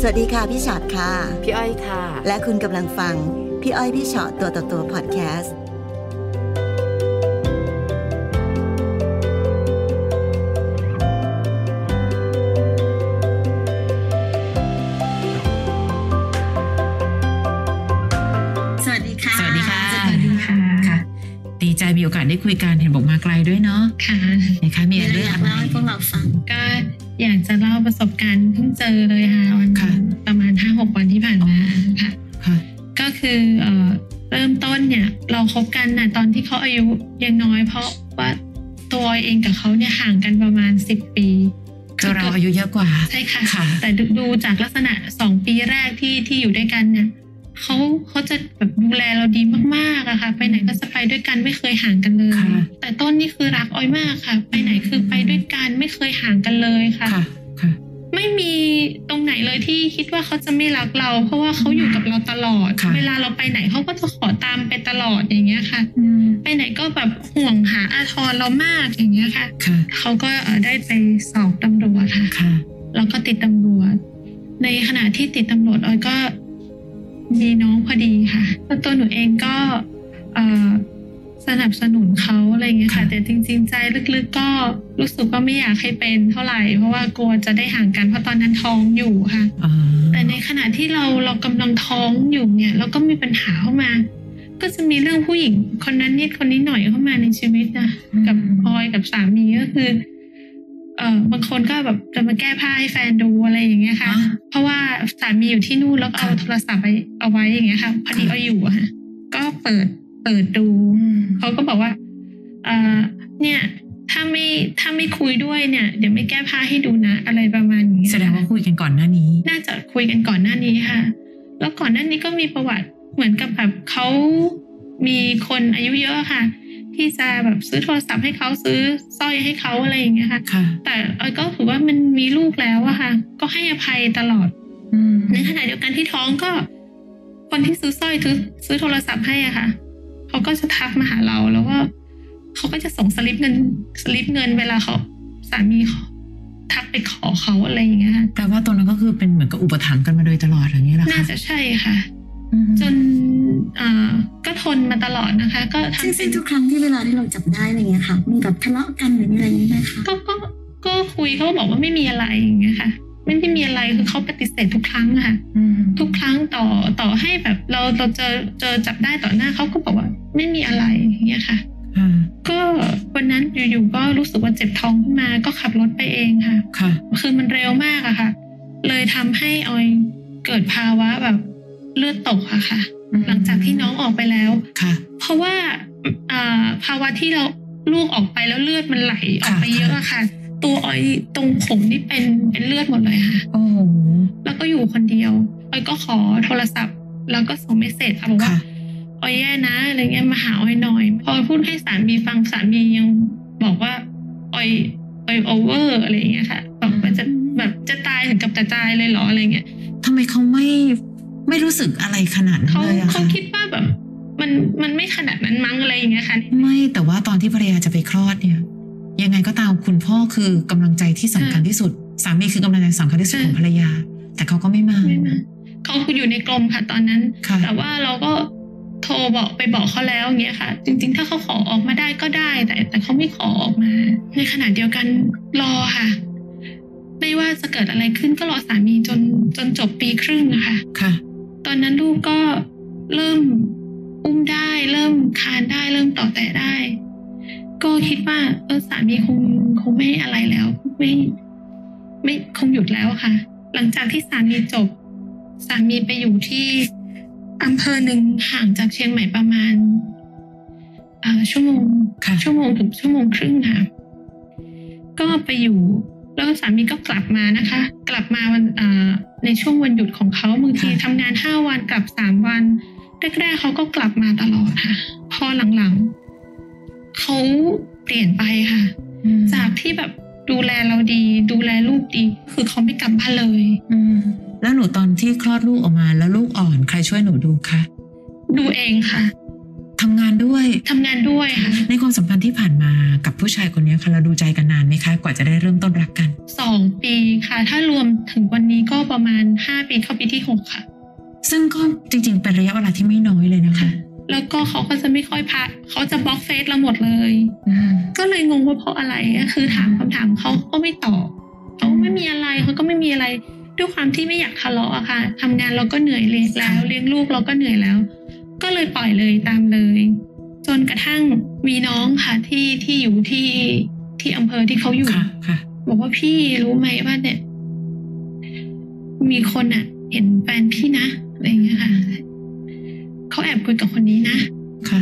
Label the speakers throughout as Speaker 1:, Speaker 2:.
Speaker 1: สวัสดีค่ะ พี่ชอตค่ะ
Speaker 2: พี่อ้อยค่ะ
Speaker 1: และคุณกำลังฟัง พี่อ้อยพี่ชอตตัวต่อตัวพอดแคสต์
Speaker 3: สวัสดีค่ะ
Speaker 2: สวัสดีค่ะ
Speaker 3: สวัสดีค่ะ
Speaker 2: ดีใจมีโอกาสได้คุยกันเห็นบอกมาไกลด้วยเนาะ
Speaker 3: ค่ะ
Speaker 2: นะคะมี
Speaker 3: มีอะไร
Speaker 2: เรื่อ
Speaker 3: อง ยา
Speaker 2: อะ
Speaker 3: ก
Speaker 2: ไร
Speaker 3: เล่าให้พวกเราฟัง
Speaker 4: ก็อยากจะเล่าประสบการณ์เพิ่งเจอเลยค่ะวัน
Speaker 2: ค่ะ
Speaker 4: ประมาณห้าหกวันที่ผ่านมาค่ะ
Speaker 2: ค่ะ
Speaker 4: ก็คือเอ่อเริ่มต้นเนี่ย เราคบกันนะตอนที่เขาอายุยังน้อยเพราะว่าตัวเองกับเขาเนี่ยห่างกันประมาณสิบปี
Speaker 2: คือเราอายุเยอะกว่า
Speaker 4: ใช่ค่ะ
Speaker 2: ค่ะ
Speaker 4: แต่ดูดูจากลักษณะสองปีแรกที่ที่อยู่ด้วยกันเนี่ยเขาเขาจะแบบดูแลเราดีมากๆอะค่ะ ไปไหนก็จะไปด้วยกันไม่เคยห่างกันเลย
Speaker 2: ค่ะ
Speaker 4: แต่ต้นนี่คือรักออยมากค่ะ ไปไหนคือไปด้วยกันไม่เคยห่างกันเลยค่ะ
Speaker 2: ค่ะค่ะ
Speaker 4: ไม่มีตรงไหนเลยที่คิดว่าเขาจะไม่รักเรา เพราะว่าเขาอยู่กับเราตลอด
Speaker 2: ค่ะ
Speaker 4: เวลาเราไปไหนเขาก็จะขอตามไปตลอดอย่างเงี้ยค่ะ ไปไหนก็แบบห่วงหาอาทรเรามากอย่างเงี้ยค่ะ
Speaker 2: ค่ะ
Speaker 4: เขาก็เอ่อได้ไปสอบตำรวจค่ะ
Speaker 2: ค่ะ
Speaker 4: แล้วก็ติดตำรวจ ในขณะที่ติดตำรวจออยก็มีน้องพอดีค่ะแล้วตัวหนูเองก็เอ่อสนับสนุนเขาอะไรอย่างเงี้ยค่ะ
Speaker 2: ค่ะ
Speaker 4: แต่จริง ๆ ใจลึกๆก็รู้สึกว่าไม่อยากให้เป็นเท่าไหร่ เพราะว่ากลัวจะได้ห่างกันเพราะตอนนั้นท้องอยู่ค่ะ
Speaker 2: อ๋อ
Speaker 4: แต่ในขณะที่เราเรากำลังท้องอยู่เนี่ยแล้วก็มีปัญหาเข้ามา ก็จะมีเรื่องผู้หญิง คนนั้นนิดคนนี้หน่อยเข้ามาในชีวิตนะกับพลอยกับสามีก็คือ เออบางคนก็แบบจะมาแก้ผ้าให้แฟนดูอะไรอย่างเงี้ยค่ะ
Speaker 2: อ๋อ
Speaker 4: เพราะว่าสามีอยู่ที่นู่นแล้วก็เอา
Speaker 2: ค่ะ
Speaker 4: โทรศัพท์ไปเอาไว้อย่างเงี้ยค่ะพอดี
Speaker 2: ค่ะ
Speaker 4: เอาอยู่อะค่ะก็เปิดเปิดดูเขาก็บอกว่าเออเนี่ย ถ้าไม่ถ้าไม่คุยด้วยเนี่ย เดี๋ยวไม่แก้ผ้าให้ดูนะ อะไรประมาณนี้
Speaker 2: แสดงว่าคุยกันก่อนหน้านี้
Speaker 4: น่าจะคุยกันก่อนหน้านี้ค่ะ แล้วก่อนหน้านี้ก็มีประวัติเหมือนกับแบบเขามีคนอายุเยอะค่ะ ที่จะแบบซื้อโทรศัพท์ให้เขาซื้อสร้อยให้เขาอะไรอย่างเงี้ยค่ะ
Speaker 2: ค่ะ
Speaker 4: แต่ออยก็ถือว่ามันมีลูกแล้วอะค่ะ ก็ให้อภัยตลอดในขณะเดียวกันที่ท้องก็ คนที่ซื้อสร้อยซื้อซื้อโทรศัพท์ให้อะค่ะเขาก็จะทักมาหาเราแล้วก็เขาก็จะส่งสลิปเงินสลิปเงินเวลาเขาสามีเขาทักไปขอเขาอะไรอย่างเงี้ยค่ะ
Speaker 2: แต่ว่าตรงนั้นก็คือเป็นเหมือนกับอุปถัมภ์กันมาโดยตลอดอย่างเงี้ยเหรอ
Speaker 4: น่า
Speaker 2: คะ
Speaker 4: จะใช่ค่ะ
Speaker 2: อืม
Speaker 4: จนเอ่อก็ทนมาตลอดนะคะ ก็
Speaker 3: ซึ่ง
Speaker 4: ทำเป็
Speaker 3: ซึ่
Speaker 4: น
Speaker 3: งทุกครั้งที่เวลาที่เราจับได้อะไรเงี้ยค่ะ มีแบบทะเลาะกันหรือมีอะไรอย่างเงี้ยไหมคะ
Speaker 4: ก็ก็ก็คุยเขาก็บอกว่าไม่มีอะไรอย่างเงี้ยค่ะ ไม่ได้มีอะไรคือเขาปฏิเสธทุกครั้งอะค่ะ ทุกครั้งต่อต่อให้แบบเราเราเจอเจอจับได้ต่อหน้าเขาก็บอกว่า ไม่มีอะไรอย่างเงี้ยค่ะ
Speaker 2: ค่ะ
Speaker 4: ก็วันนั้นอยู่ๆก็รู้สึกว่าเจ็บท้องขึ้นมาก็ขับรถไปเองค่ะ
Speaker 2: ค่ะ
Speaker 4: คือมันเร็วมากอะค่ะ เลยทำให้ออยเกิดภาวะแบบเลือดตกอะค่ะ หลังจากที่น้องออกไปแล้ว
Speaker 2: ค่ะ
Speaker 4: เพราะว่าอ่าภาวะที่เราลูกออกไปแล้วเลือดมันไหลออกไป
Speaker 2: ค่ะ
Speaker 4: เยอะอะค่ะ ตัวออยตรงผมนี่เป็นเป็นเลือดหมดเลยค่ะ
Speaker 2: โอ้โห
Speaker 4: แล้วก็อยู่คนเดียวออยก็ขอโทรศัพท์ แล้วก็ส่งเมสเซจค่ะบอกว่า
Speaker 2: ค่ะ
Speaker 4: ออยแย่นะอะไรเงี้ยมาหาออยหน่อย พอพูดให้สามีฟังสามียังบอกว่าออยออยโอเวอร์อะไรเงี้ยค่ะบอกว่าจะแบบจะตายถึงกับจะตายเลยเหรออะไรเงี้ย
Speaker 2: ทำไมเขาไม่ไม่รู้สึกอะไรขนาดนั้น
Speaker 4: เขา
Speaker 2: เลยอะ
Speaker 4: เขา
Speaker 2: คะ
Speaker 4: คิดว่าแบบ มันมันไม่ขนาดนั้นมั้งอะไรอย่างเงี้ยค่ะ
Speaker 2: ไม่แต่ว่าตอนที่ภรรยาจะไปคลอดเนี่ย ยังไงก็ตามคุณพ่อคือกำลังใจที่สำคัญที่สุด สามีคือกำลังใจสำคัญที่สุด
Speaker 4: ใช่
Speaker 2: ของภรรยา แต่เขาก็ไม่มา
Speaker 4: ไม่มาเขาคืออยู่ในกรมค่ะตอนนั้น
Speaker 2: ค่ะ
Speaker 4: แต่ว่าเราก็โทรบอกไปบอกเขาแล้วอย่างเงี้ยค่ะ จริง ๆ ถ้าเขาขอออกมาได้ก็ได้ แต่แต่เขาไม่ขอออกมา ในขณะเดียวกันรอค่ะ ไม่ว่าจะเกิดอะไรขึ้นก็รอสามีจนจนจบปีครึ่งอะค่ะ
Speaker 2: ค่ะ
Speaker 4: ตอนนั้นลูกก็เริ่มอุ้มได้ เริ่มคานได้ เริ่มต่อแตะได้ ก็คิดว่าเออสามีคงคงไม่อะไรแล้ว ไม่ ไม่คงหยุดแล้วอะค่ะ หลังจากที่สามีจบ สามีไปอยู่ที่อำเภอหนึ่งห่างจากเชียงใหม่ประมาณเอ่อชั่วโมง
Speaker 2: ค่ะ
Speaker 4: ชั่วโมงถึงชั่วโมงครึ่งค่ะ ก็ไปอยู่ แล้วสามีก็กลับมานะคะ กลับมาวันเอ่อในช่วงวันหยุดของเขาบางที
Speaker 2: ค่ะ
Speaker 4: ทำงานห้าวันกลับสามวันแรกๆเขาก็กลับมาตลอดค่ะ พอหลังๆเขาเปลี่ยนไปค่ะ จากที่แบบดูแลเราดี ดูแลลูกดี คือเขาไม่กลับบ้านเลย
Speaker 2: อืมแล้วหนูตอนที่คลอดลูกออกมาแล้วลูกอ่อนใครช่วยหนูดูคะ
Speaker 4: ดูเองค่ะ
Speaker 2: ทำงานด้วย
Speaker 4: ทำงานด้วยค่ะ
Speaker 2: ในความสัมพันธ์ที่ผ่านมากับผู้ชายคนนี้คะเราดูใจกันนานไหมคะ กว่าจะได้เริ่มต้นรักกัน
Speaker 4: สองปีค่ะ ถ้ารวมถึงวันนี้ก็ประมาณห้าปีเข้าปีที่หกค่ะ
Speaker 2: ซึ่งก็จริงๆ เป็นระยะเวลาที่ไม่น้อยเลยนะคะ
Speaker 4: แล้วก็เขาก็จะไม่ค่อยพาเขาจะบล็อกเฟซเราหมดเลย
Speaker 2: อืม
Speaker 4: ก็เลยงงว่าเพราะอะไรก็คือถามคำถามเขาก็ไม่ตอบเขาไม่มีอะไรเขาก็ไม่มีอะไรด้วยความที่ไม่อยากทะเลาะอะค่ะทำงานเราก็เหนื่อยเลยแล้ว เลี้ยงลูกเราก็เหนื่อยแล้ว ก็เลยปล่อยเลยตามเลย จนกระทั่งมีน้องค่ะที่ที่อยู่ที่ที่อำเภอที่เขาอยู่
Speaker 2: ค่ะค่ะ
Speaker 4: บอกว่าพี่รู้ไหมว่าเนี่ย มีคนอะเห็นแฟนพี่นะอะไรอย่างเงี้ยค่ะเขาแอบคุยกับคนนี้นะ
Speaker 2: ค่ะ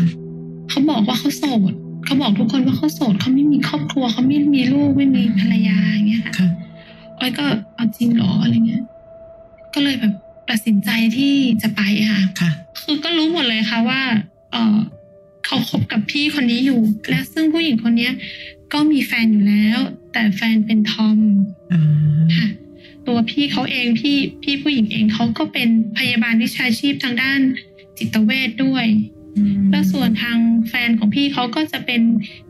Speaker 4: เขาบอกว่าเขาโสด เขาบอกทุกคนว่าเขาโสด เขาไม่มีครอบครัว เขาไม่มีลูก ไม่มีภรรยาอย่างเงี้ยค่ะ
Speaker 2: ค่ะ
Speaker 4: อ้อยก็เอาจริงเหรออะไรเงี้ย ก็เลยแบบตัดสินใจที่จะไปค่ะ
Speaker 2: ค่ะ
Speaker 4: คือก็รู้หมดเลยค่ะว่า เออเขาคบกับพี่คนนี้อยู่ และซึ่งผู้หญิงคนเนี้ย ก็มีแฟนอยู่แล้ว แต่แฟนเป็นทอม
Speaker 2: อ๋อ
Speaker 4: ค่ะตัวพี่เขาเองพี่พี่ผู้หญิงเองเขาก็เป็นพยาบาลวิชาชีพทางด้านจิตเวชด้วย แล้วส่วนทางแฟนของพี่เขาก็จะเป็น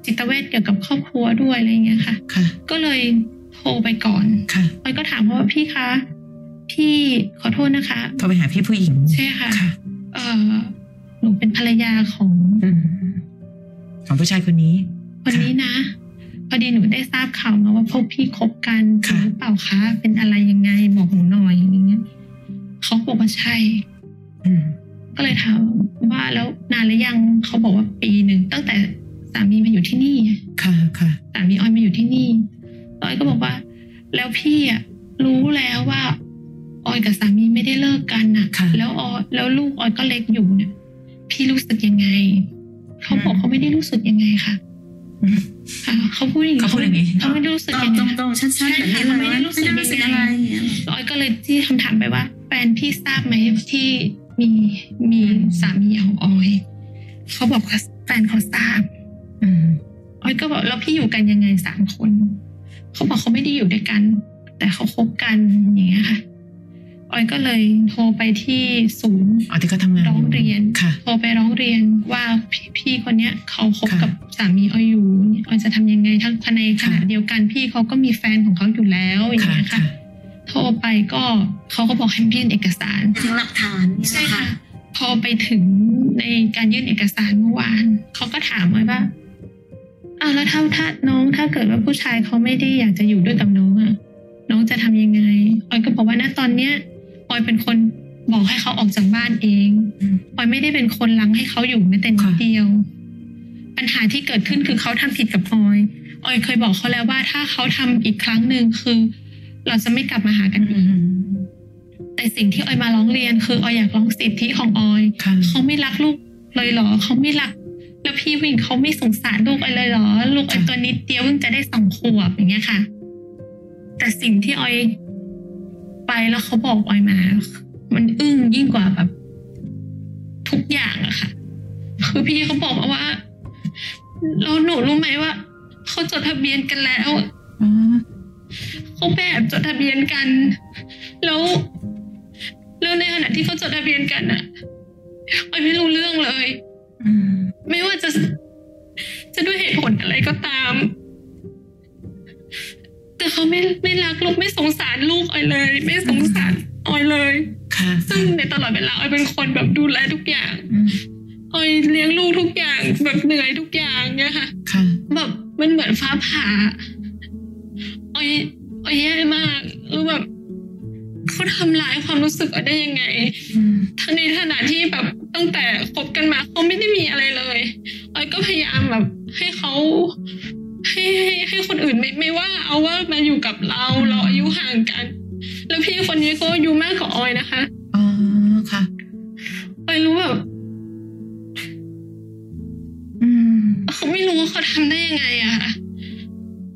Speaker 4: จิตเวชเกี่ยวกับครอบครัวด้วยอะไรอย่างเงี้ยค่ะ
Speaker 2: ค่ะ
Speaker 4: ก็เลยโทรไปก่อน
Speaker 2: ค่ะ
Speaker 4: มันก็ถามเขาว่าพี่คะ พี่ขอโทษนะคะ
Speaker 2: โทรไปหาพี่ผู้หญิง
Speaker 4: ใช่ค่ะ
Speaker 2: ค่ะ
Speaker 4: เออหนูเป็นภรรยาของ
Speaker 2: อืมของผู้ชายคนนี้
Speaker 4: คนนี้นะ พอดีหนูได้ทราบข่าวมาว่าพวกพี่คบกันจริง
Speaker 2: ค่ะ
Speaker 4: หรือเปล่าคะ เป็นอะไรยังไงบอกหนูหน่อยอย่างเงี้ยเขาบอกว่าใช่
Speaker 2: อืม
Speaker 4: ก็เลยถามว่าแล้วนานหรือยังเขาบอกว่าปีหนึ่งตั้งแต่สามีมาอยู่ที่นี่ไง
Speaker 2: ค่ะ ค่ะ
Speaker 4: สามีออยมาอยู่ที่นี่ออยก็บอกว่า แล้วพี่อ่ะรู้แล้วว่า ออยกับสามีไม่ได้เลิกกันน่ะ
Speaker 2: ค่ะ
Speaker 4: แล้วออยแล้วลูกออยก็เล็กอยู่เนี่ยพี่รู้สึกยังไงเขาบอก
Speaker 2: อืม
Speaker 4: เขาไม่ได้รู้สึกยังไงค่ะ
Speaker 2: อืม
Speaker 4: ค่ะเขาพูดอย่างนี้
Speaker 2: เขาพูดอย่างนี้
Speaker 4: เขาไม่ได้รู้สึก
Speaker 3: ตอบ
Speaker 4: ยังไง
Speaker 3: ตรงๆชัดๆแบบนี้เลย
Speaker 4: ใช่ค่ะไม่ได้รู้สึก
Speaker 3: ไม่ได้รู้สึกอะไรอย่างเงี้ยหรอ
Speaker 4: ออยก็เลยที่คำถามไปว่าแฟนพี่ทราบไหมที่มีมีสามีของออยเขาบอกว่าแฟนเขาทราบ
Speaker 2: อืม
Speaker 4: ออยก็บอกแล้วพี่อยู่กันยังไงสามคนเขาบอกเขาไม่ได้อยู่ด้วยกัน แต่เขาคบกันอย่างเงี้ยค่ะออยก็เลยโทรไปที่ศูนย์
Speaker 2: อ๋อที่เขาทำงาน
Speaker 4: ร้องเรียน
Speaker 2: ค่ะ
Speaker 4: โทรไปร้องเรียนว่าพี่พี่คนเนี้ยเขาคบ
Speaker 2: ค่ะ
Speaker 4: กับสามีออยอยู่ออยจะทำยังไงทั้งภายในขณะ
Speaker 2: ค่ะ
Speaker 4: เดียวกันพี่เขาก็มีแฟนของเขาอยู่แล้วอย่าง
Speaker 2: ค่ะ
Speaker 4: เงี้ยค่ะ
Speaker 2: ค่ะ
Speaker 4: โทรไปก็เขาก็บอกให้ยื่นเอกสาร
Speaker 3: ถึงหลักฐานเนี่ยเหรอค่ะ
Speaker 4: พอไปถึงในการยื่นเอกสารเมื่อวานเขาก็ถามไว้ว่าอ้าวแล้วถ้าถ้าน้องถ้าเกิดว่าผู้ชายเขาไม่ได้อยากจะอยู่ด้วยกับน้องอะน้องจะทำยังไงออยก็บอกว่าณตอนเนี้ยออยเป็นคนบอกให้เขาออกจากบ้านเอง
Speaker 2: อืม
Speaker 4: ออยไม่ได้เป็นคนลังให้เขาอยู่แม้แต่นิด
Speaker 2: ค่ะ
Speaker 4: เดียว ปัญหาที่เกิดขึ้นคือเขาทำผิดกับออย ออยเคยบอกเขาแล้วว่าถ้าเขาทำอีกครั้งหนึ่งคือ เราจะไม่กลับมาหากันอีก
Speaker 2: อืม
Speaker 4: แต่สิ่งที่ออยมาร้องเรียนคือออยอยากร้องสิทธิของออย
Speaker 2: ค่ะ
Speaker 4: เขาไม่รักลูกเลยเหรอ เขาไม่รัก แล้วพี่วิ่งเขาไม่สงสารลูกออยเลยเหรอ ลูกออย
Speaker 2: ค่ะ
Speaker 4: ตัวนิดเดียวเพิ่งจะได้สองขวบอย่างเงี้ยค่ะ แต่สิ่งที่ออยไปแล้วเขาบอกออยมา มันอึ้งยิ่งกว่าแบบ ทุกอย่างอะค่ะ คือพี่เขาบอกมาว่าแล้วหนูรู้ไหมว่าเขาจดทะเบียนกันแล้วอะ
Speaker 2: อ๋อ
Speaker 4: เขาไปแอบจดทะเบียนกัน แล้วแล้วในขณะที่เขาจดทะเบียนกันอะออยไม่รู้เรื่องเลย
Speaker 2: อืม
Speaker 4: ไม่ว่าจะ จะด้วยเหตุผลอะไรก็ตาม แต่เขาไม่ไม่รักลูกไม่สงสารลูกออยเลย ไม่สงสารออยเลย
Speaker 2: ค่ะ
Speaker 4: ซึ่งในตลอดเวลาออยเป็นคนแบบดูแลทุกอย่าง
Speaker 2: อืม
Speaker 4: ออยเลี้ยงลูกทุกอย่าง แบบเหนื่อยทุกอย่างเนี่ยค่ะ
Speaker 2: ค่ะ
Speaker 4: แบบมันเหมือนฟ้าผ่าออยออยแย่มากคือแบบเขาทำร้ายความรู้สึกออยได้ยังไง
Speaker 2: อืม
Speaker 4: ทั้งในขณะที่แบบตั้งแต่คบกันมาเขาไม่ได้มีอะไรเลยออยก็พยายามแบบ ให้เขาให้ให้ให้คนอื่นไม่ไม่ว่าเอาว่ามาอยู่กับเราเราอายุห่างกัน แล้วพี่คนนี้ก็อายุมากกว่าออยนะคะ
Speaker 2: อ๋อ ค่ะ
Speaker 4: ออยรู้แบบ
Speaker 2: อืม
Speaker 4: เขาไม่รู้ว่าเขาทำได้ยังไงอะค่ะ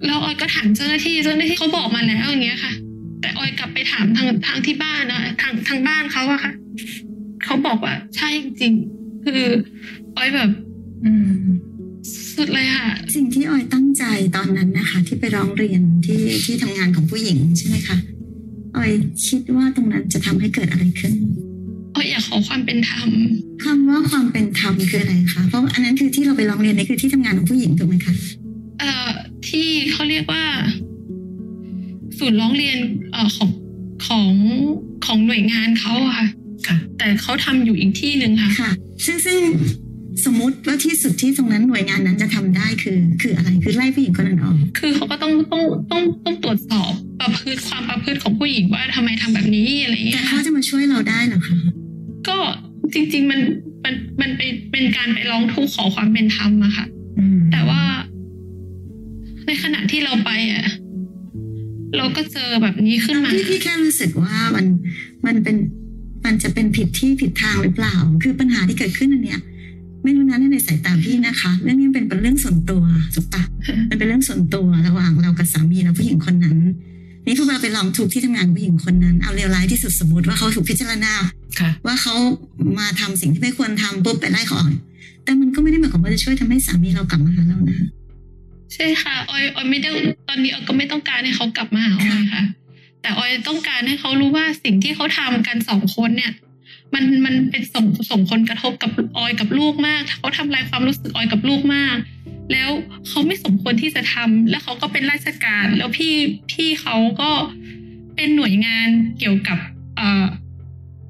Speaker 4: แล้วออยก็ถามเจ้าหน้าที่เจ้าหน้าที่เขาบอกมาแล้วอย่างเงี้ยค่ะ แต่ออยกลับไปถามทางทางที่บ้านนะทางทางบ้านเขาอะค่ะเขาบอกว่า ใช่จริงๆคือออยแบบ
Speaker 2: อืม
Speaker 4: สุดเลยค่ะ
Speaker 3: สิ่งที่ออยตั้งใจตอนนั้นนะคะ ที่ไปร้องเรียนที่ที่ทำงานของผู้หญิงใช่ไหมคะออยคิดว่าตรงนั้นจะทำให้เกิดอะไรขึ้น
Speaker 4: อ ก็อยากขอความเป็นธรรม
Speaker 3: คำว่าความเป็นธรรมคืออะไรคะ เพราะอันนั้นคือที่เราไปร้องเรียนในคือที่ทำงานของผู้หญิงถูกไหมคะ
Speaker 4: เอ่อที่เขาเรียกว่า ศูนย์ร้องเรียนเอ่อของของของหน่วยงานเขาอะค่ะ
Speaker 2: ค่ะ
Speaker 4: แต่เขาทำอยู่อีกที่หนึ่งค่ะ
Speaker 3: ค่ะ ซึ่งซึ่งสมมติว่าที่สุดที่ตรงนั้นหน่วยงานนั้นจะทำได้คือ คืออะไร คือไล่ผู้หญิงคนนั้นออก
Speaker 4: คือเขาก็ต้องต้องต้องต้องตรวจสอบประพฤติความประพฤติของผู้หญิงว่าทำไมทำแบบนี้อะไรอย่างเงี้
Speaker 3: แต่
Speaker 4: ย
Speaker 3: เขา
Speaker 4: ค่ะ
Speaker 3: จะมาช่วยเราได้เหรอคะ
Speaker 4: ก็จริง ๆ มันมันมันเป็นเป็นการไปร้องทุกข์ขอความเป็นธรรมอะค่ะ
Speaker 2: อืม
Speaker 4: แต่ว่า ในขณะที่เราไปอะเราก็เจอแบบนี้ขึ้นมา
Speaker 3: พี่พี่แค่รู้สึกว่ามันมันเป็นมันจะเป็นผิดที่ผิดทางหรือเปล่า คือปัญหาที่เกิดขึ้นอันเนี้ยไม่รู้นะในสายตาพี่นะคะ เรื่องนี้มันเป็นเป็นเรื่องส่วนตัวถูกปะมันเป็นเรื่องส่วนตัวระหว่างเรากับสามีและผู้หญิงคนนั้น นี่พวกเราไปลองทุกข์ที่ทำงานผู้หญิงคนนั้นเอาเลวร้ายที่สุดสมมติว่าเขาถูกพิจารณา
Speaker 2: ค่ะ
Speaker 3: ว่าเขามาทำสิ่งที่ไม่ควรทำปุ๊บไปไล่เขาออกแต่มันก็ไม่ได้หมายความว่าจะช่วยทำให้สามีเรากลับมาหาเรานะ
Speaker 4: ใช่ค่ะออยออยไม่ได้ตอนนี้ออยก็ไม่ต้องการให้เขากลับมาหาออยค่ะ แต่ออยต้องการให้เขารู้ว่าสิ่งที่เขาทำกันสองคนเนี่ย มันมันเป็นส่งส่งผลกระทบกับออยกับลูกมากเขาทำลายความรู้สึกออยกับลูกมาก แล้วเขาไม่สมควรที่จะทำแล้วเขาก็เป็นราชการ แล้วพี่พี่เขาก็เป็นหน่วยงานเกี่ยวกับ เอ่อ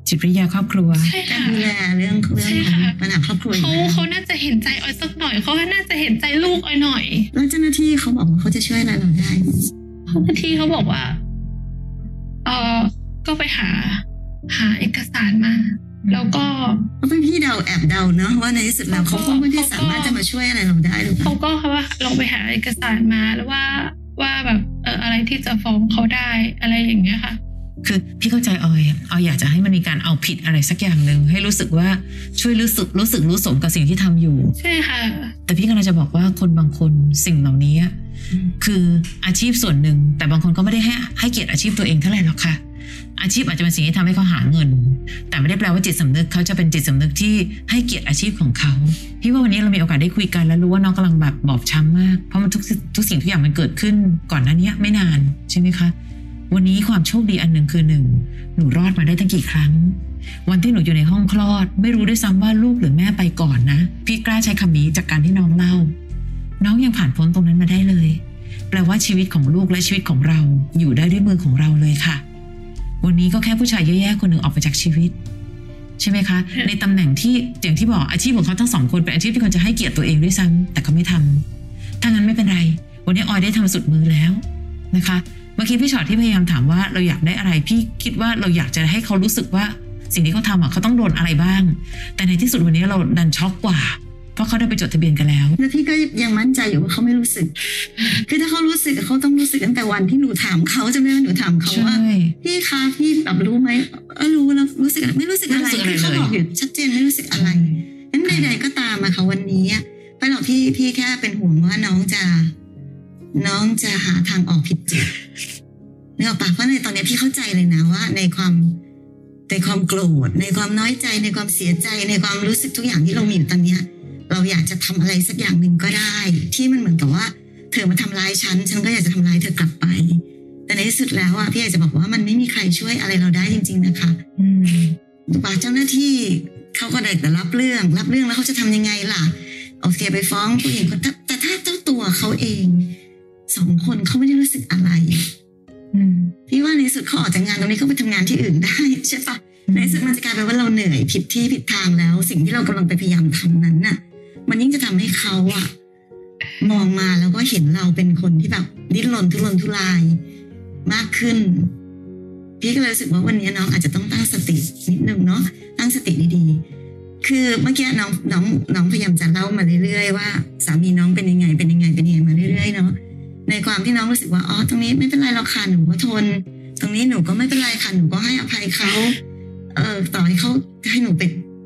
Speaker 2: จิตวิทยาครอบครัว
Speaker 4: ใช่
Speaker 3: การ
Speaker 4: ค่ะ
Speaker 3: ดูแลเรื่องเรื่อง
Speaker 4: ใช่
Speaker 3: ของ
Speaker 4: ค่ะ
Speaker 3: ปัญหาครอบครัวอยู่
Speaker 4: เขา
Speaker 3: แล้ว
Speaker 4: เขาน่าจะเห็นใจออยสักหน่อยเขาน่าจะเห็นใจลูกออยหน่อย
Speaker 3: แล้วเจ้าหน้าที่เขาบอกว่าเขาจะช่วยอะไรเราได้
Speaker 4: เจ้าหน้าที่เขาบอกว่า เออก็ไปหา หาเอกสารมา แล้วก็
Speaker 3: เพราะพี่เดาแอบเดาเนาะว่าในที่สุดแล้วเขาก็ไม่ได้สามารถจะมาช่วยอะไรเราได้หรือเป
Speaker 4: เขา
Speaker 3: ล่า
Speaker 4: ก็ว่าลองไปหาเอกสารมาแล้วว่าว่าแบบ เอออะไรที่จะฟ้องเขาได้อะไรอย่างเงี้ยค่ะ
Speaker 2: คือพี่เข้าใจออยอะออยอยากจะให้มันมีการเอาผิดอะไรสักอย่างหนึ่งให้รู้สึกว่าช่วยรู้สึกรู้สึกรู้สมกับสิ่งที่ทำอยู่
Speaker 4: ใช่ค่ะ
Speaker 2: แต่พี่กำลังจะบอกว่าคนบางคนสิ่งเหล่านี้อะคืออาชีพส่วนหนึ่ง แต่บางคนก็ไม่ได้ให้ให้เกียรติอาชีพตัวเองเท่าไหร่หรอกค่ะ อาชีพอาจจะเป็นสิ่งที่ทำให้เขาหาเงิน แต่ไม่ได้แปลว่าจิตสำนึกเขาจะเป็นจิตสำนึกที่ให้เกียรติอาชีพของเขาพี่ว่าวันนี้เรามีโอกาสได้คุยกันแล้วรู้ว่าน้องกำลังแบบบอบช้ำมากเพราะมันทุกสิ่งทุกสิ่งทุกอย่างมันเกิดขึ้น ก่อนหน้าเนี้ยไม่นานใช่ไหมคะ วันนี้ความโชคดีอันหนึ่งคือหนึ่งหนูรอดมาได้ตั้งกี่ครั้ง วันที่หนูอยู่ในห้องคลอด ไม่รู้ด้วยซ้ำว่าลูกหรือแม่ไปก่อนนะ พี่กล้าใช้คำนี้จากการที่น้องเล่า น้องยังผ่านพ้นตรงนั้นมาได้เลย แปลว่าชีวิตของลูกและชีวิตของเราอยู่ได้ด้วยมือของเราเลยค่ะ วันนี้ก็แค่ผู้ชายแย่ๆคนหนึ่งออกไปจากชีวิต ใช่ไหมคะ
Speaker 4: ค่ะ
Speaker 2: ในตำแหน่งที่อย่างที่บอกอาชีพของเขาทั้งสองคนเป็นอาชีพที่ควรจะให้เกียรติตัวเองด้วยซ้ำแต่เขาไม่ทำถ้างั้นไม่เป็นไร วันนี้ออยได้ทำสุดมือแล้วนะคะ เมื่อกี้พี่ชอตที่พยายามถามว่าเราอยากได้อะไรพี่คิดว่าเราอยากจะให้เขารู้สึกว่า สิ่งที่เขาทำอ่ะเขาต้องโดนอะไรบ้าง แต่ในที่สุดวันนี้เราดันช็อกกว่า เพราะเขาได้ไปจดทะเบียนกันแล้ว
Speaker 3: แล้วพี่ก็ยังมั่นใจอยู่ว่าเขาไม่รู้สึก คือถ้าเขารู้สึกเขาต้องรู้สึกตั้งแต่วันที่หนูถามเขาจำได้ว่าหนูถามเขา
Speaker 2: ใช่
Speaker 3: ว่าพี่คะพี่แบบรู้ไหมเออรู้แล้วรู้สึกอะไรไม่รู้สึกอะไร
Speaker 2: ไม่
Speaker 3: คือ
Speaker 2: รู้สึกอะไร
Speaker 3: เขา
Speaker 2: เลย
Speaker 3: บอกอยู่ชัดเจนไม่รู้สึกอะไรนั้นใด ๆ ก็ตามอะค่ะวันนี้อะไปหรอกพี่พี่แค่เป็นห่วงว่าน้องจะ น้องจะหาทางออกผิดจุดนึกออกปะเพราะในตอนเนี้ยพี่เข้าใจเลยนะว่า ในความในความโกรธในความน้อยใจ ในความเสียใจ ในความรู้สึกทุกอย่างที่เรามีอยู่ตอนเนี้ย เราอยากจะทำอะไรสักอย่างหนึ่งก็ได้ ที่มันเหมือนกับว่า เธอมาทำร้ายฉัน ฉันก็อยากจะทำร้ายเธอกลับไป แต่ในที่สุดแล้วอะพี่อยากจะบอกว่ามันไม่มีใครช่วยอะไรเราได้จริง ๆ นะคะ
Speaker 2: อืม
Speaker 3: ถูกปะเจ้าหน้าที่เขาก็ได้แต่รับเรื่อง รับเรื่องแล้วเขาจะทำยังไงล่ะโอเคไปฟ้องผู้หญิงคนแต่แต่ถ้าเจ้าตัวเขาเองสองคนเขาไม่ได้รู้สึกอะไร
Speaker 2: อืม
Speaker 3: พี่ว่าในที่สุดเขาออกจากงานตรงนี้เขาไปทำงานที่อื่นได้ ใช่ปะในที่สุดมันจะกลายเป็นว่าเราเหนื่อยผิดที่ผิดทางแล้ว สิ่งที่เรากำลังไปพยายามทำนั้นน่ะ มันยิ่งจะทำให้เขาอะมองมาแล้วก็เห็นเราเป็นคนที่แบบดิ้นรนทุรนทุรายมากขึ้น พี่ก็เลยรู้สึกว่าวันนี้น้องอาจจะต้องตั้งสตินิดนึงเนาะตั้งสติดีๆ คือเมื่อกี้น้องน้องน้องพยายามจะเล่ามาเรื่อยๆว่าสามีน้องเป็นยังไงเป็นยังไงเป็นยังไงมาเรื่อยๆเนาะในความที่น้องรู้สึกว่าอ๋อตรงนี้ไม่เป็นไรหรอกค่ะหนูก็ทน ตรงนี้หนูก็ไม่เป็นไรค่ะหนูก็ให้อภัยเขาเออต่อให้เขาให้หนูไป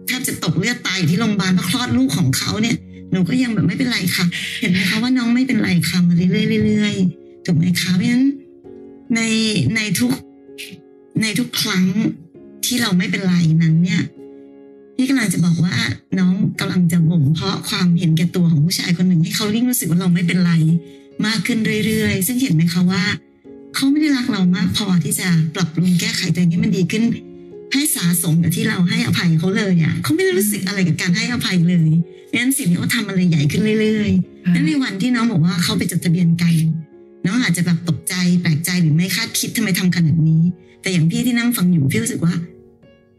Speaker 3: แทบจะตกเลือดตายอยู่ที่โรงพยาบาลเพราะคลอดลูกของเขาเนี่ย หนูก็ยังแบบไม่เป็นไรค่ะ เห็นไหมคะว่าน้องไม่เป็นไรค่ะมาเรื่อยๆเรื่อยๆถูกไหมคะเพราะฉะนั้นในในทุกในทุกครั้งที่เราไม่เป็นไรนั้นเนี่ยพี่กำลังจะบอกว่าน้องกำลังจะบ่มเพาะความเห็นแก่ตัวของผู้ชายคนหนึ่งให้เขายิ่งรู้สึกว่าเราไม่เป็นไร มากขึ้นเรื่อยๆ ซึ่งเห็นไหมคะว่า เขาไม่ได้รักเรามากพอที่จะปรับปรุงแก้ไขตัวเองให้มันดีขึ้น ให้สาสมกับที่เราให้อภัยเขาเลยอ่ะเขาไม่ได้รู้สึกอะไรกับการให้อภัยเลยงั้นสิ่งที่เขาทำมันเลยใหญ่ขึ้นเรื่อยๆนั้นในวันที่น้องบอกว่าเขาไปจดทะเบียนกันน้องอาจจะแบบตกใจแปลกใจหรือไม่คาดคิดทำไมทำขนาดนี้ แต่อย่างพี่ที่นั่งฟังอยู่พี่รู้สึกว่า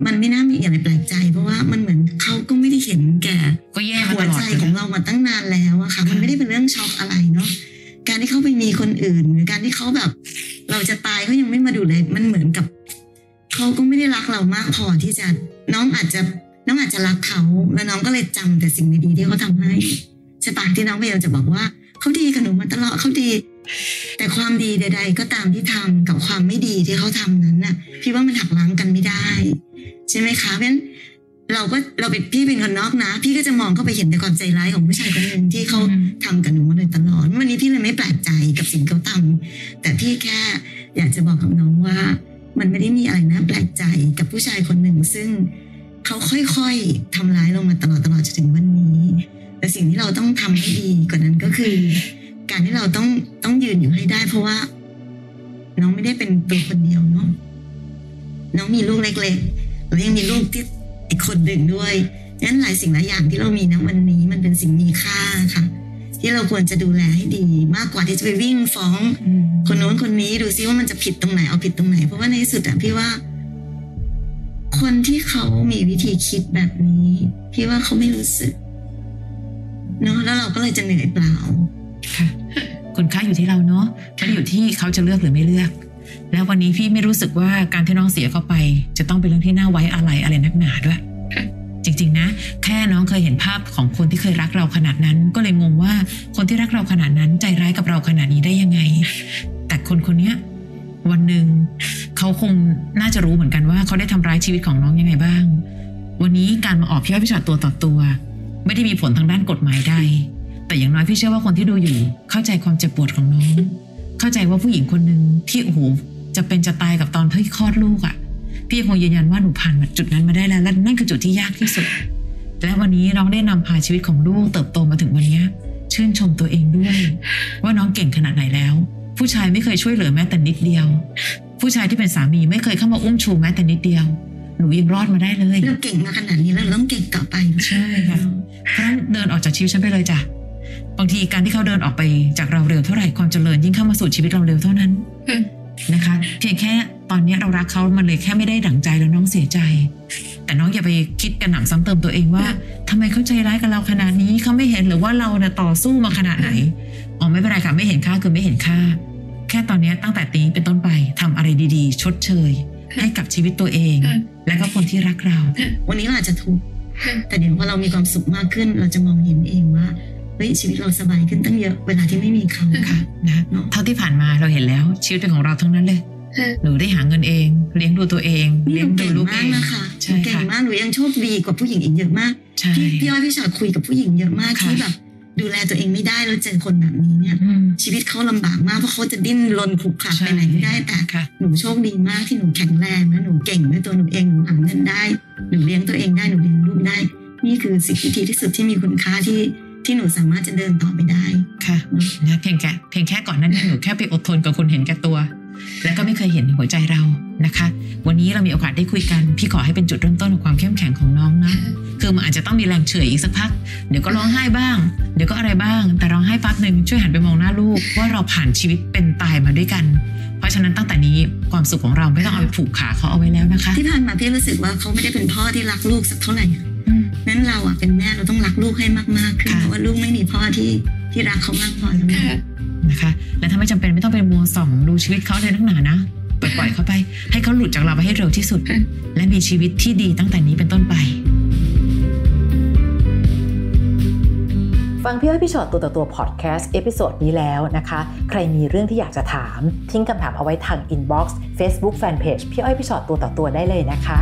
Speaker 3: มันไม่น่ามีอะไรแปลกใจ เพราะว่ามันเหมือนเขาก็ไม่ได้เห็นแก่
Speaker 2: ก็แย่มา
Speaker 3: หั
Speaker 2: ต
Speaker 3: ว
Speaker 2: ลอด
Speaker 3: ใจ
Speaker 2: เลย
Speaker 3: ของเรามาตั้งนานแล้วอะค่ะ มันไม่ได้เป็นเรื่องช็อกอะไรเนาะการที่เขาไปมีคนอื่น หรือการที่เขาแบบ เราจะตายเขายังไม่มาดูเลย มันเหมือนกับเขาก็ไม่ได้รักเรามากพอที่จะน้องอาจจะน้องอาจจะรักเขาแล้วน้องก็เลยจำแต่สิ่งดีๆที่เขาทำให้ชะตาที่น้องพยายามจะบอกว่าเขาดีกับหนูมาตลอดเขาดี แต่ความดีใด ๆ ก็ตามที่ทำกับความไม่ดีที่เขาทำนั้นน่ะ พี่ว่ามันหักล้างกันไม่ได้ ใช่ไหมคะเพราะฉะนั้นเราก็เราเป็นพี่เป็นคนนอกนะ พี่ก็จะมองเข้าไปเห็นแต่ความใจร้ายของผู้ชายคนหนึ่งที่เขา
Speaker 2: อืม
Speaker 3: ทำกับหนูมาโดยตลอดวันนี้พี่เลยไม่แปลกใจกับสิ่งเขาทำแต่พี่แค่อยากจะบอกกับน้องว่า มันไม่ได้มีอะไรนะแปลกใจกับผู้ชายคนหนึ่ง ซึ่งเขาค่อยๆทำร้ายเรามาตลอดตลอดจนถึงวันนี้ แต่สิ่งที่เราต้องทำให้ดีกว่านั้นก็คือ การที่เราต้องต้องยืนอยู่ให้ได้ เพราะว่า น้องไม่ได้เป็นตัวคนเดียวเนาะน้องมีลูกเล็กๆแล้วยังมีลูกที่อีกคนหนึ่งด้วยงั้นหลายสิ่งหลายอย่างที่เรามีนะวันนี้มันเป็นสิ่งมีค่าค่ะ ที่เราควรจะดูแลให้ดี มากกว่าที่จะไปวิ่งฟ้อง คนโน้นคนนี้ดูซิว่ามันจะผิดตรงไหนเอาผิดตรงไหน เพราะว่าในที่สุดอะพี่ว่า คนที่เขามีวิธีคิดแบบนี้ พี่ว่าเขาไม่รู้สึกเนาะแล้วเราก็เลยจะเหนื่อยเปล่า
Speaker 2: ค่ะคนค้าอยู่ที่เราเนาะไม่ได้อยู่ที่เขาจะเลือกหรือไม่เลือก แล้ววันนี้พี่ไม่รู้สึกว่าการที่น้องเสียเข้าไป จะต้องเป็นเรื่องที่น่าไว้อะไรอะไรนักหนาด้วย
Speaker 4: ค่ะ
Speaker 2: จริงๆนะ แค่น้องเคยเห็นภาพของคนที่เคยรักเราขนาดนั้น ก็เลยงงว่าคนที่รักเราขนาดนั้น ใจร้ายกับเราขนาดนี้ได้ยังไง แต่คนคนเนี้ยวันหนึ่งเขาคงน่าจะรู้เหมือนกันว่าเขาได้ทำร้ายชีวิตของน้องยังไงบ้าง วันนี้การมาออกพี่อ้อยพี่ชอตตัวต่อตัว ไม่ได้มีผลทางด้านกฎหมายใด แต่อย่างน้อยพี่เชื่อว่าคนที่ดูอยู่ เข้าใจความเจ็บปวดของน้อง เข้าใจว่าผู้หญิงคนหนึ่งที่โอ้โหจะเป็นจะตายกับตอนที่คลอดลูกอะ่ะ พี่คงยืนยันว่าหนูผ่านมาจุดนั้นมาได้แล้วและนั่นคือจุดที่ยากที่สุด และวันนี้น้องได้นำพาชีวิตของลูกเติบโตมาถึงวันเนี้ยชื่นชมตัวเองด้วย ว่าน้องเก่งขนาดไหนแล้ว ผู้ชายไม่เคยช่วยเหลือแม้แต่นิดเดียว ผู้ชายที่เป็นสามีไม่เคยเข้ามาอุ้มชูแม้แต่นิดเดียว หนูยังรอดมาได้เลย
Speaker 3: เราเก่งมาขนาดนี้แล้วเราต้องเก่งต่อไป
Speaker 2: ใช่ค่ะ เพราะฉะนั้นเดินออกจากชีวิตฉันไปเลยจ้ะ บางทีการที่เขาเดินออกไปจากเราเร็วเท่าไหร่ความเจริญยิ่งเข้ามาสู่ชีวิตเราเร็วเท่านั้น
Speaker 4: อืม
Speaker 2: นะคะ เพียงแค่ตอนนี้เรารักเขามันเลยแค่ไม่ได้ดั่งใจแล้วน้องเสียใจ แต่น้องอย่าไปคิดกระหน่ำซ้ำเติมตัวเองว่าทำไมเขาใจร้ายกับเราขนาดนี้เขาไม่เห็นหรือว่าเราน่ะต่อสู้มาขนาดไหนอ๋อไม่เป็นไรค่ะไม่เห็นค่าคือไม่เห็นค่า แค่ตอนนี้ตั้งแต่ตีเป็นต้นไปทำอะไรดีๆ ชดเชย ให้กับชีวิตตัวเอง และก็คนที่รักเรา
Speaker 3: วันนี้เราอาจจะทุกข์แต่เดี๋ยวพอเรามีความสุขมากขึ้น เราจะมองเห็นเองว่าเฮ้ยชีวิตเราสบายขึ้นตั้งเยอะเวลาที่ไม่มีเขา
Speaker 2: ค่ะ
Speaker 3: ค่ะ
Speaker 2: นะ
Speaker 3: เนอะ
Speaker 2: เท่าที่ผ่านมาเราเห็นแล้ว ชีวิตเป็นของเราทั้งนั้นเลย
Speaker 4: ค่ะ
Speaker 2: หนูได้หาเงินเอง เลี้ยงดูตัวเอง
Speaker 3: นี่
Speaker 2: เลี้ย
Speaker 3: เรา
Speaker 2: งดู
Speaker 3: เก่ง
Speaker 2: ลูก
Speaker 3: มา
Speaker 2: เอก ง
Speaker 3: นะคะ
Speaker 2: ใช่
Speaker 3: เราเก่ง
Speaker 2: ค่ะ
Speaker 3: มากหนูยังโชคดีกว่าผู้หญิงอีกเยอะมาก
Speaker 2: ใช่
Speaker 3: พี่พี่อ้อยพี่ชอตคุยกับผู้หญิงเยอะมากที่แบบ ดูแลตัวเองไม่ได้แล้วเจอคนแบบนี้เนี่ย
Speaker 2: อืม
Speaker 3: ชีวิตเขาลำบากมากเพราะเขาจะดิ้นรนขลุกขลักไปไหนไม่ได้แต่
Speaker 2: ค่ะ
Speaker 3: หนูโชคดีมากที่หนูแข็งแรงและหนูเก่งด้วยตัวหนูเองหนูหาเงินได้หนูเลี้ยงตัวเองได้หนูเลี้ยงลูกได้ นี่คือสิ่งที่ดีที่สุดที่มีคุณค่าที่ที่หนูสามารถจะเดินต่อไปได้
Speaker 2: ค่ะนะเพียงแค่เพียงแค่ก่อนหนั้นหนูแค่ไปอดทนกับคนเห็นแก่ตัว แล้วก็ไม่เคยเห็นหัวใจเรานะคะ วันนี้เรามีโอกาสได้คุยกัน พี่ขอให้เป็นจุดเริ่มต้นของความเข้มแข็งของน้องนะ คือมันอาจจะต้องมีแรงเฉื่อยอีกสักพัก เดี๋ยวก็ร้องไห้บ้าง เดี๋ยวก็อะไรบ้าง แต่ร้องไห้ปั๊บหนึ่งช่วยหันไปมองหน้าลูก ว่าเราผ่านชีวิตเป็นตายมาด้วยกัน เพราะฉะนั้นตั้งแต่นี้ความสุขของเราไม่ต้องเอาไปผูกขาเขาเอาไว้แล้วนะคะ
Speaker 3: ที่ผ่านมาพี่รู้สึกว่าเขาไม่ได้เป็นพ่อที่รักลูกสักเท่าไหร่อะนั้นเราอ่ะเป็นแม่เราต้องรักลูกให้มากๆขึ้น
Speaker 2: ค่ะ
Speaker 3: เพราะว่าลูกไม่มีพ่อที่ที่รักเขามากพอแล้วนะ
Speaker 4: ค่ะ
Speaker 2: นะคะ และถ้าไม่จำเป็นไม่ต้องไปมัวส่องดูชีวิตเขาเลยนักหนานะปล่อยๆเขาไป ให้เขาหลุดจากเราไปให้เร็วที่สุด
Speaker 4: ค่ะ
Speaker 2: และมีชีวิตที่ดีตั้งแต่นี้เป็นต้นไป
Speaker 5: ฟังพี่อ้อยพี่ชอตตัวต่อตัวพอดแคสต์เอพิโซดนี้แล้วนะคะ ใครมีเรื่องที่อยากจะถาม ทิ้งคำถามเอาไว้ทางอินบ็อกซ์เฟซบุ๊กแฟนเพจพี่อ้อยพี่ชอตตัวต่อตัวได้เลยนะคะ